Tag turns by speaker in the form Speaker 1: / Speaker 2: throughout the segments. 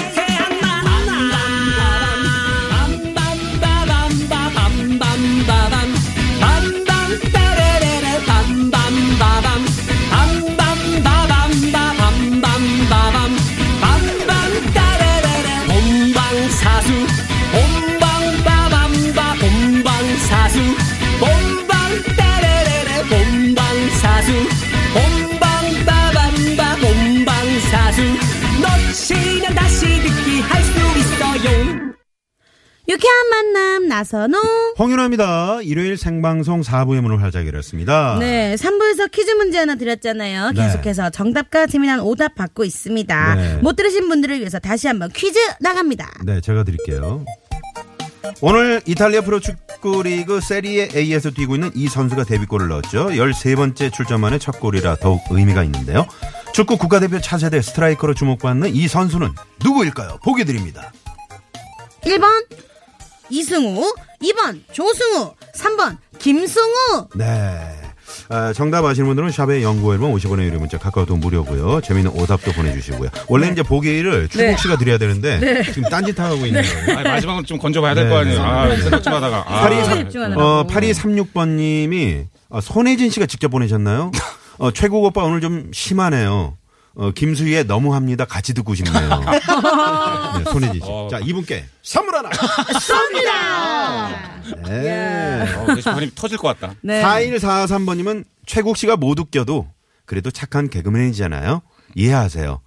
Speaker 1: 유쾌한 만남 빰빰빠밤빠밤빰빰빠밤 빰빰빠레레레 빰빰빠밤 빰빰빠밤빠밤빰빰빠밤 빰빰따레레레 본방사수 본방빠밤빠 본방사수 본방따레레레 본방사수 본방빠밤빠 본방사수 놓치면 다시 듣기 할 수 있어요
Speaker 2: 유쾌한 만남 나선홍.
Speaker 3: 홍윤아입니다. 일요일 생방송 4부의 문을 활짝 열었습니다.
Speaker 2: 네, 3부에서 퀴즈 문제 하나 드렸잖아요.
Speaker 3: 네.
Speaker 2: 계속해서 정답과 재미난 오답 받고 있습니다.
Speaker 3: 네.
Speaker 2: 못 들으신 분들을 위해서 다시 한번 퀴즈 나갑니다.
Speaker 3: 네, 제가 드릴게요. 오늘 이탈리아 프로축구리그 세리에 A에서 뛰고 있는 이 선수가 데뷔골을 넣었죠. 13번째 출전 만에 첫 골이라 더욱 의미가 있는데요. 축구 국가대표 차세대 스트라이커로 주목받는 이 선수는 누구일까요? 보기 드립니다.
Speaker 2: 1번 이승우, 2번 조승우, 3번 김승우.
Speaker 3: 네. 아, 정답 아시는 분들은 샵의 연구앨범 50원의 유료 문자 카카오톡 무료고요. 재미있는 오답도 보내주시고요. 원래 이제 보기를
Speaker 2: 네.
Speaker 3: 추국 씨가 드려야 되는데 지금 딴짓하고 있는 거예요.
Speaker 4: 아니, 마지막은 좀 건져봐야 될 거
Speaker 3: 네,
Speaker 4: 아니에요. 아, 생각 좀 하다가. 아,
Speaker 3: 파리 삼-
Speaker 2: 집중하느라고.
Speaker 3: 어, 8236번님이 어, 손혜진 씨가 직접 보내셨나요? 어, 최국 오빠 오늘 좀 심하네요. 어, 김수희의 너무합니다. 같이 듣고 싶네요. 네, 손혜진 씨. 자, 이분께 선물 하나. 쏩니다. 네.
Speaker 4: 어, 게시판이 터질 것 같다.
Speaker 2: 네.
Speaker 3: 4143번님은 최국 씨가 못 웃겨도 그래도 착한 개그맨이잖아요. 이해하세요.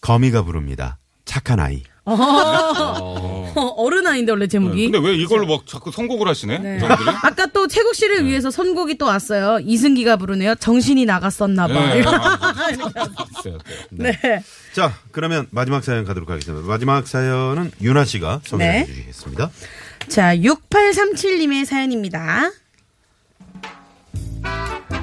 Speaker 3: 거미가 부릅니다. 착한 아이.
Speaker 2: 어, 른 아인데 원래 제목이.
Speaker 4: 네. 근데 왜 이걸로 막 자꾸 선곡을 하시네?
Speaker 2: 네.
Speaker 4: 저분들이?
Speaker 2: 아까 또 최국 씨를 위해서 선곡이 또 왔어요. 이승기가 부르네요. 정신이 나갔었나 봐.
Speaker 4: 네. 아, 있어요, 있어요.
Speaker 2: 네.
Speaker 3: 자, 그러면 마지막 사연 가도록 하겠습니다. 마지막 사연은 윤아 씨가 소개해
Speaker 2: 네.
Speaker 3: 주시겠습니다.
Speaker 2: 자, 6837님의 사연입니다.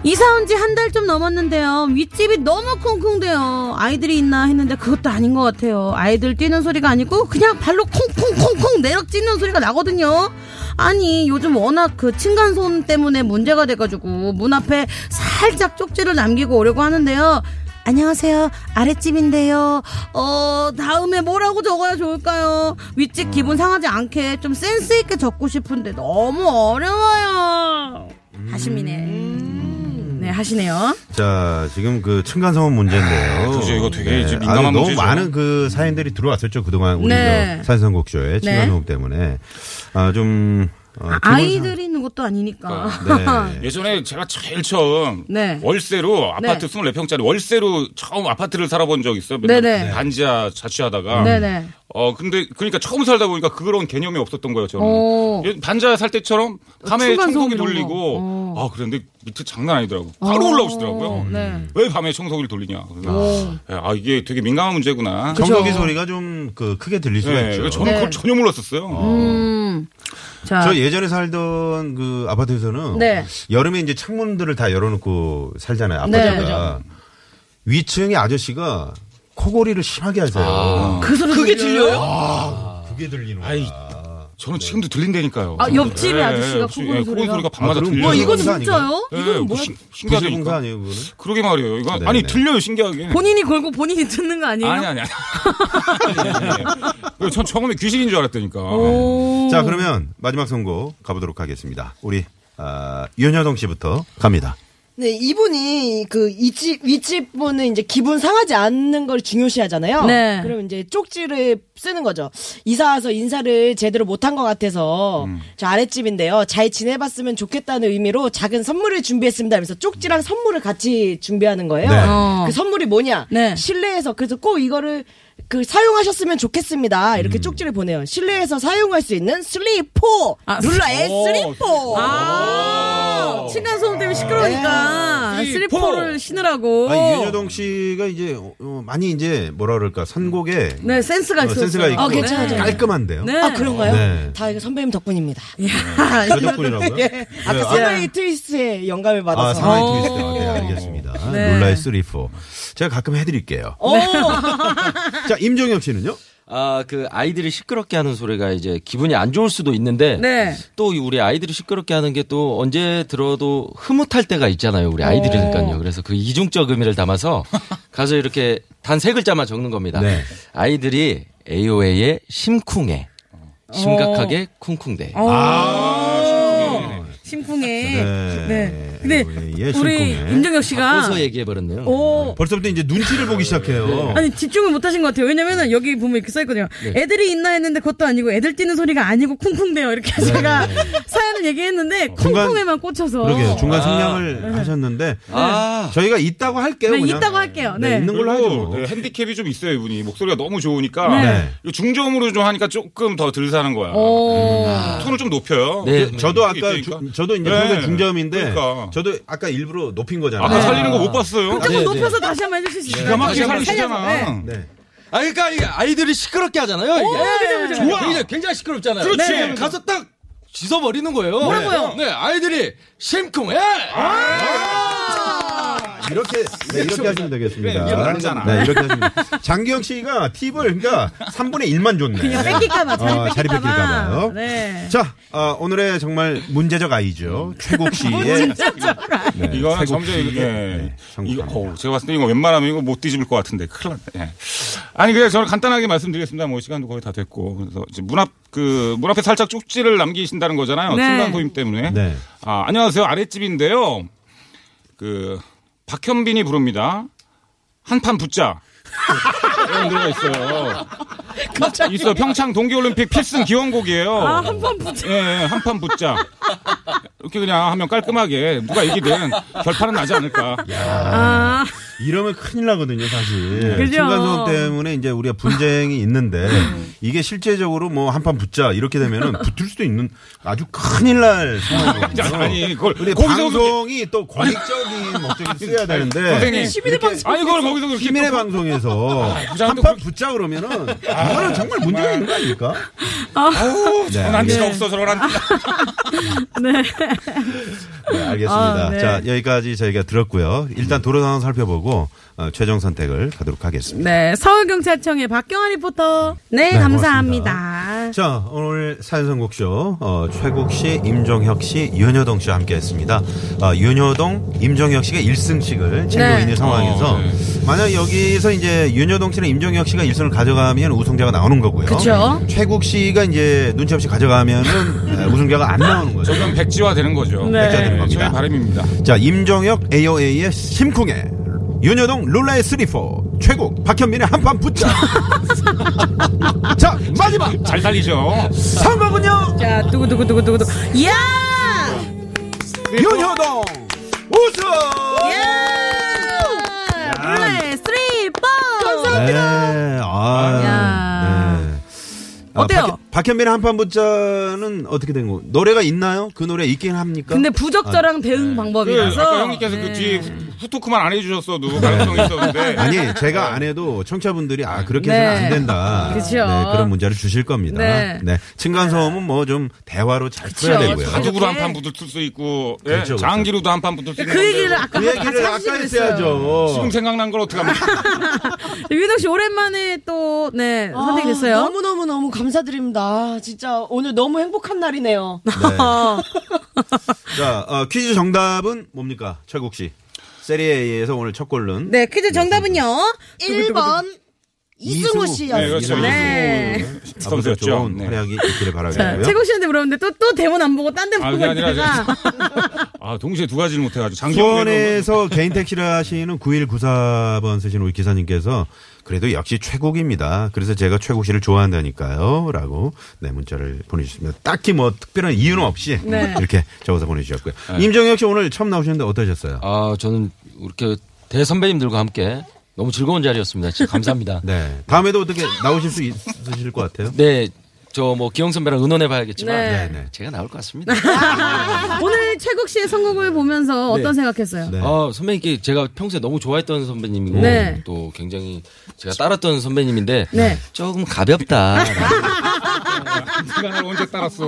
Speaker 2: 이사 온 지 한 달 좀 넘었는데요. 윗집이 너무 쿵쿵대요. 아이들이 있나 했는데 그것도 아닌 것 같아요. 아이들 뛰는 소리가 아니고 그냥 발로 쿵쿵쿵쿵 내럭 찢는 소리가 나거든요. 아니, 요즘 워낙 그 층간소음 때문에 문제가 돼가지고 문 앞에 살짝 쪽지를 남기고 오려고 하는데요. 안녕하세요. 아랫집인데요. 어, 다음에 뭐라고 적어야 좋을까요? 윗집 기분 상하지 않게 좀 센스있게 적고 싶은데 너무 어려워요. 하심이네.
Speaker 3: 음.
Speaker 2: 네, 하시네요.
Speaker 3: 자, 지금 그 층간소음 문제인데요.
Speaker 4: 아,
Speaker 3: 네.
Speaker 4: 그죠. 이거 되게 이제 민감한
Speaker 3: 아니, 너무
Speaker 4: 문제죠.
Speaker 3: 많은 그 사연들이 들어왔었죠. 그동안 우리
Speaker 2: 네.
Speaker 3: 저 사연선곡쇼에 층간소음 때문에. 아, 좀. 어,
Speaker 2: 아이들이 있는 것도 아니니까.
Speaker 3: 기분 상- 네.
Speaker 4: 예전에 제가 제일 처음
Speaker 2: 네.
Speaker 4: 월세로 아파트 24평짜리 월세로 처음 아파트를 살아본 적 있어요. 맨날
Speaker 2: 네네.
Speaker 4: 반지하 자취하다가.
Speaker 2: 네네.
Speaker 4: 어 근데 그러니까 처음 살다 보니까 그런 개념이 없었던 거예요 저는
Speaker 2: 오. 어,
Speaker 4: 예, 반지하 살 때처럼 밤에
Speaker 2: 층간소음
Speaker 4: 청소기
Speaker 2: 이런 거.
Speaker 4: 돌리고
Speaker 2: 어.
Speaker 4: 아 그런데 밑에 장난 아니더라고 바로
Speaker 2: 어.
Speaker 4: 올라오시더라고요
Speaker 3: 음.
Speaker 2: 네.
Speaker 4: 왜 밤에 청소기를 돌리냐 그래서 아 이게 되게 민감한 문제구나
Speaker 3: 청소기 소리가 좀 그 크게 들릴 수가
Speaker 4: 네,
Speaker 3: 있죠.
Speaker 4: 저는
Speaker 2: 네.
Speaker 4: 그걸 전혀 몰랐었어요.
Speaker 3: 아.
Speaker 2: 음. 자.
Speaker 3: 저 예전에 살던 그 아파트에서는
Speaker 2: 네.
Speaker 3: 여름에 이제 창문들을 다 열어놓고 살잖아요.
Speaker 2: 네,
Speaker 3: 아파트가 위층의 아저씨가 코골이를 심하게 하세요.
Speaker 2: 그 소리 그게 들려요?
Speaker 3: 그게 들리는 거야.
Speaker 4: 아. 아이, 저는 지금도 들린다니까요.
Speaker 2: 아, 옆집에
Speaker 4: 네,
Speaker 2: 아저씨가
Speaker 4: 옆집,
Speaker 2: 코골이
Speaker 4: 예,
Speaker 2: 소리가?
Speaker 4: 소리가 밤마다
Speaker 3: 아, 그럼
Speaker 4: 들려요. 예,
Speaker 3: 뭐
Speaker 2: 와, 어, 이건
Speaker 3: 공사 아닌가요? 네,
Speaker 2: 진짜요? 이건 뭐야?
Speaker 3: 부실 공사
Speaker 4: 신기하니까.
Speaker 3: 아니에요, 그거는?
Speaker 4: 그러게 말이에요. 이거
Speaker 3: 네네.
Speaker 4: 아니 들려요 신기하게.
Speaker 2: 본인이 걸고 본인이 듣는 거 아니에요?
Speaker 4: 아니 아니 아니. 예, 예. 전 처음에 귀신인 줄 알았다니까.
Speaker 2: 오.
Speaker 3: 자, 그러면 마지막 선곡 가보도록 하겠습니다. 우리, 아, 윤여동 씨부터 갑니다.
Speaker 5: 네, 이분이 그 이집 윗집 분은 이제 기분 상하지 않는 걸 중요시하잖아요.
Speaker 2: 네.
Speaker 5: 그럼 이제 쪽지를 쓰는 거죠. 이사 와서 인사를 제대로 못한 것 같아서
Speaker 3: 음.
Speaker 5: 저 아랫집인데요. 잘 지내봤으면 좋겠다는 의미로 작은 선물을 준비했습니다. 하면서 쪽지랑 선물을 같이 준비하는 거예요.
Speaker 3: 네.
Speaker 2: 어.
Speaker 5: 그 선물이 뭐냐?
Speaker 2: 네.
Speaker 5: 실내에서 그래서 꼭 이거를 그 사용하셨으면 좋겠습니다.
Speaker 3: 음.
Speaker 5: 이렇게 쪽지를 보내요. 실내에서 사용할 수 있는 슬리포
Speaker 2: 아,
Speaker 4: 네.
Speaker 5: 룰라의
Speaker 3: 어,
Speaker 4: 오,
Speaker 5: 슬리포.
Speaker 2: 아, 층간소음 때문에 시끄러우니까
Speaker 4: 네.
Speaker 2: 슬리퍼를 신으라고.
Speaker 3: 아니, 윤여동 씨가 이제, 어, 많이 이제, 뭐라 그럴까, 선곡에.
Speaker 2: 네, 센스가
Speaker 3: 어,
Speaker 2: 있어요.
Speaker 3: 센스가 있고.
Speaker 5: 아, 괜찮아요.
Speaker 3: 깔끔한데요.
Speaker 2: 네.
Speaker 5: 아 그런가요?
Speaker 3: 네.
Speaker 5: 다 이거 선배님 덕분입니다.
Speaker 2: 야,
Speaker 3: 저그 덕분이라고요?
Speaker 5: 아까 사나이 트위스트의 영감을
Speaker 3: 네. 아,
Speaker 5: 받아서.
Speaker 2: 예.
Speaker 3: 상황이
Speaker 2: 어.
Speaker 3: 트위스트. 아, 네, 알겠습니다.
Speaker 2: 네.
Speaker 3: 룰라의 3, 4. 제가 가끔 해드릴게요.
Speaker 5: 오.
Speaker 3: 자, 임종혁 씨는요?
Speaker 6: 아, 그 아이들이 시끄럽게 하는 소리가 이제 기분이 안 좋을 수도 있는데
Speaker 2: 네.
Speaker 6: 또이 우리 아이들이 시끄럽게 하는 게 또 언제 들어도 흐뭇할 때가 있잖아요. 우리 아이들이니까요. 그래서 그 이중적 의미를 담아서 가서 이렇게 단 세 글자만 적는 겁니다.
Speaker 3: 네.
Speaker 6: 아이들이 AOA의 심쿵해.
Speaker 2: 어.
Speaker 6: 심각하게 쿵쿵대.
Speaker 2: 심쿵해.
Speaker 3: 아, 네.
Speaker 2: 네. 근데
Speaker 3: 예, 예,
Speaker 2: 우리
Speaker 3: 심쿵해. 아,
Speaker 2: 임정혁 씨가
Speaker 6: 어서 얘기해 버렸네요.
Speaker 2: 아. 오
Speaker 3: 벌써부터 이제 눈치를 보기 시작해요.
Speaker 2: 아니 집중을 못하신 것 같아요. 왜냐면은 여기 보면 이렇게 써 있거든요.
Speaker 3: 네.
Speaker 2: 애들이 있나 했는데 그것도 아니고 애들 뛰는 소리가 아니고 쿵쿵대요. 이렇게
Speaker 3: 네,
Speaker 2: 제가 사연을 얘기했는데
Speaker 3: 중간-
Speaker 2: 쿵쿵에만 꽂혀서
Speaker 3: 어,
Speaker 2: 네,
Speaker 3: 그러게요. 중간 상냥을 하셨는데
Speaker 6: 아,
Speaker 3: 저희가 있다고 할게요.
Speaker 2: 네,
Speaker 3: 그냥.
Speaker 2: 있다고 할게요.
Speaker 3: 네,
Speaker 2: 네.
Speaker 3: 있는 걸로
Speaker 4: 그리고
Speaker 3: 하죠.
Speaker 4: 네, 핸디캡이 좀 있어요 이분이 목소리가 너무 좋으니까
Speaker 3: 네.
Speaker 4: 이거 중저음으로 좀 하니까 조금 더 덜 사는 거야.
Speaker 2: 오.
Speaker 3: 음, 아, 네,
Speaker 4: 톤을 좀 높여요.
Speaker 6: 네.
Speaker 4: 그-
Speaker 3: 저도 아까
Speaker 4: 있다니까.
Speaker 3: 주- 저도 이제
Speaker 4: 네.
Speaker 3: 평소 중저음인데
Speaker 4: 그러니까.
Speaker 3: 저도 아까 일부러 높인 거잖아요.
Speaker 4: 아까 살리는 거 못 봤어요.
Speaker 2: 조금
Speaker 6: 네,
Speaker 2: 높여서 다시 한번 해주실 수 있어요?
Speaker 4: 기가 막히게
Speaker 2: 다시 한번
Speaker 4: 살리시잖아.
Speaker 2: 살려서. 네.
Speaker 3: 네.
Speaker 6: 아 그러니까 이 아이들이 시끄럽게 하잖아요. 이게.
Speaker 2: 어,
Speaker 4: 좋아.
Speaker 6: 네. 굉장히, 굉장히 시끄럽잖아요.
Speaker 4: 그렇지.
Speaker 6: 네. 가서 딱 짖어버리는 거예요.
Speaker 2: 뭐라고요?
Speaker 6: 네, 아이들이 심쿵해.
Speaker 3: 이렇게 네, 이렇게 하시면 되겠습니다.
Speaker 4: 그래, 이게 맞잖아.
Speaker 3: 네, 이렇게 하시면 장기영 씨가 팁을 그러니까 3분의 1만 줬네.
Speaker 2: 그냥 뺏길까봐 자리
Speaker 3: 어, 자리
Speaker 2: 뺏길까봐.
Speaker 3: 뺏길까봐요.
Speaker 2: 네.
Speaker 3: 자, 아, 오늘의 정말 문제적 아이죠. 최국 씨의 네,
Speaker 4: 이거는
Speaker 3: 최국
Speaker 4: 점점 이게
Speaker 3: 씨의, 네,
Speaker 4: 이거
Speaker 3: 성공합니다.
Speaker 4: 어우, 제가 봤을 때 이거 웬만하면 이거 못 뒤집을 것 같은데 큰일 났네. 예. 아니 그냥 저는 간단하게 말씀드리겠습니다. 뭐 시간도 거의 다 됐고 그래서 이제 문앞 그 문 앞에 살짝 쪽지를 남기신다는 거잖아요.
Speaker 2: 네.
Speaker 4: 순간 소임 때문에.
Speaker 3: 네.
Speaker 4: 아 안녕하세요 아랫집인데요. 그 박현빈이 부릅니다. 한판 붙자. 이런 노래가 있어요. 있어 평창 동계올림픽 필승 기원곡이에요.
Speaker 2: 아, 한번 붙여.
Speaker 4: 예, 예, 한판 붙자. 이렇게 그냥 하면 깔끔하게 누가 이기든 결판은 나지 않을까.
Speaker 3: 예.
Speaker 2: 아,
Speaker 3: 이러면 큰일 나거든요, 사실.
Speaker 2: 그죠.
Speaker 3: 층간소음 때문에 이제 우리가 분쟁이 있는데 이게 실제적으로 뭐 한판 붙자 이렇게 되면은 붙을 수도 있는 아주 큰일 날 상황이거든요.
Speaker 4: 아니, 그걸
Speaker 3: 우리
Speaker 4: 거기서
Speaker 3: 방송이 또 공익적인 목적이 쓰여야 되는데
Speaker 4: 선생님. 방송. 아니, 그걸 거기서 그렇게. 아,
Speaker 3: 시민의 방송에서
Speaker 4: 부장도 아,
Speaker 3: 한판 붙자 그러면은 이거는 정말 문제가 있는 거 아닙니까? 네,
Speaker 4: 난 지가 없어, 저런.
Speaker 3: 네, 알겠습니다.
Speaker 2: 아, 네.
Speaker 3: 자, 여기까지 저희가 들었고요.
Speaker 4: 음.
Speaker 3: 일단 도로 상황 살펴보고 어, 최종 선택을 가도록 하겠습니다.
Speaker 2: 네. 서울경찰청의 박경아 리포터. 네,
Speaker 3: 네,
Speaker 2: 감사합니다.
Speaker 3: 자, 오늘 사연선곡쇼 어, 최국 씨, 임종혁 씨, 윤여동 씨와 함께했습니다. 어, 윤여동, 임종혁 씨가 1승씩을 챙기고
Speaker 2: 네.
Speaker 3: 있는 상황에서
Speaker 4: 어, 네.
Speaker 3: 만약 여기서 이제 윤여동 씨나 임종혁 씨가 1승을 가져가면 우승자가 나오는 거고요.
Speaker 2: 그쵸.
Speaker 3: 최국 씨가 이제 눈치 없이 가져가면은 에, 우승자가 안 나오는 거죠.
Speaker 4: 저건 백지화 되는 거죠.
Speaker 2: 네. 백지화
Speaker 3: 되는 겁니다.
Speaker 4: 저의 바람입니다.
Speaker 3: 자, 임종혁 AOA의 심쿵해. 윤여동 룰라의 3, 4. 최국 박현민의 한판 붙자. 자, 마지막
Speaker 4: 잘 살리죠.
Speaker 3: 선거군요.
Speaker 2: 자, 두구두구두구두구두. 이야!
Speaker 3: 윤효동 우승!
Speaker 2: 예!
Speaker 3: 네.
Speaker 2: 이야! 룰레, 쓰리, 뻥!
Speaker 3: 네, 아,
Speaker 2: 야.
Speaker 3: 네. 아,
Speaker 2: 어때요?
Speaker 3: 박현- 박현민의 한판 붙자는 어떻게 된 거? 노래가 있나요? 그 노래 있긴 합니까?
Speaker 2: 근데 부적절한
Speaker 3: 아, 네.
Speaker 2: 대응
Speaker 4: 그,
Speaker 2: 방법이라서.
Speaker 4: 아까 형님께서
Speaker 2: 네.
Speaker 4: 그 뒤에 후- 후토크만 안 해주셨어도 가능성이 있었는데.
Speaker 3: 아니 제가 안 해도 청취자분들이 아 그렇게 해서는
Speaker 2: 네.
Speaker 3: 안 된다
Speaker 2: 그쵸.
Speaker 3: 네, 그런 문제를 주실 겁니다
Speaker 2: 네. 그렇죠.
Speaker 3: 네, 층간소음은 뭐 좀 대화로 잘 풀어야 되고요
Speaker 4: 바둑으로
Speaker 2: 이렇게.
Speaker 4: 한판 붙을 수 있고, 예,
Speaker 3: 그렇죠, 그렇죠.
Speaker 4: 장기로도 한판 붙을 수 있고.
Speaker 2: 그 얘기를 아까
Speaker 3: 그 얘기를 아까 했어야죠
Speaker 4: 지금 생각난 걸 어떡합니까?
Speaker 2: 윤덕 네, 씨 오랜만에 또, 네,
Speaker 5: 아,
Speaker 2: 선택됐어요.
Speaker 5: 너무너무너무 감사드립니다. 진짜 오늘 너무 행복한 날이네요.
Speaker 2: 어.
Speaker 3: 자 어, 퀴즈 정답은 뭡니까 최국 씨 세리에에서 오늘 첫 골은
Speaker 2: 네, 퀴즈 정답은요.
Speaker 5: 그러니까, 1번
Speaker 3: 이승우.
Speaker 5: 이승우
Speaker 4: 네,
Speaker 5: 씨였습니다.
Speaker 4: 그렇죠.
Speaker 2: 네.
Speaker 3: 앞으로
Speaker 4: 선수였죠.
Speaker 3: 좋은
Speaker 4: 네.
Speaker 3: 활약이 있기를
Speaker 2: 자,
Speaker 3: 바라겠고요
Speaker 2: 최국 씨한테 물어봤는데 또, 또 대본 안 보고 딴 데 보고
Speaker 4: 아, 그게 아니라,
Speaker 2: 있다가.
Speaker 4: 아, 동시에 두 가지를 못해가지고. 장기영
Speaker 3: 수원에서 개인 택시를 하시는 9194번 쓰신 우리 기사님께서 그래도 역시 최국입니다. 그래서 제가 최국 씨를 좋아한다니까요. 라고 네, 문자를 보내주셨습니다. 딱히 뭐 특별한 이유는 없이
Speaker 2: 네.
Speaker 3: 이렇게 적어서 보내주셨고요.
Speaker 4: 네.
Speaker 3: 임정혁 씨 오늘 처음 나오셨는데 어떠셨어요?
Speaker 6: 아, 저는 이렇게 대선배님들과 함께 너무 즐거운 자리였습니다. 진짜 감사합니다.
Speaker 3: 네. 다음에도 어떻게 나오실 수 있으실 것 같아요?
Speaker 6: 네, 저 뭐 기영 선배랑 의논해 봐야겠지만
Speaker 2: 네.
Speaker 3: 네.
Speaker 6: 제가 나올 것 같습니다.
Speaker 2: 오늘 최국 씨의 선곡을 보면서 어떤 생각했어요?
Speaker 3: 네.
Speaker 6: 아, 선배님께 제가 평소에 너무 좋아했던 선배님이고
Speaker 2: 네.
Speaker 6: 또 굉장히 제가 따랐던 선배님인데
Speaker 2: 네.
Speaker 6: 조금 가볍다.
Speaker 4: 네가 날 언제 따랐어?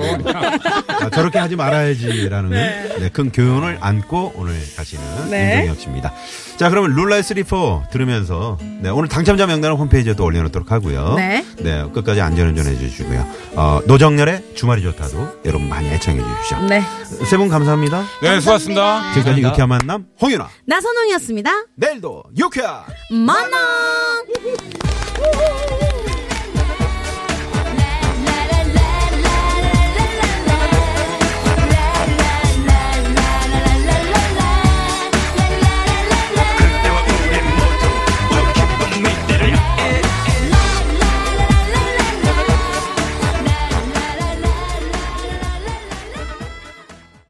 Speaker 3: 아, 저렇게 하지 말아야지라는 네, 큰 교훈을 안고 오늘 가시는
Speaker 5: 네.
Speaker 3: 임종혁 씨입니다. 자, 그러면 룰라의 3, 4 들으면서 네, 오늘 당첨자 명단을 홈페이지에 또 올려놓도록 하고요.
Speaker 2: 네.
Speaker 3: 끝까지 안전운전 해주시고요. 어, 노정렬의 주말이 좋다도 여러분 많이 애청해 주십시오.
Speaker 2: 네.
Speaker 3: 세 분 감사합니다.
Speaker 4: 네, 수고하셨습니다.
Speaker 3: 지금까지
Speaker 6: 감사합니다.
Speaker 3: 유쾌한 만남 홍윤아.
Speaker 2: 나선홍이었습니다.
Speaker 3: 내일도 유쾌한
Speaker 2: 만나!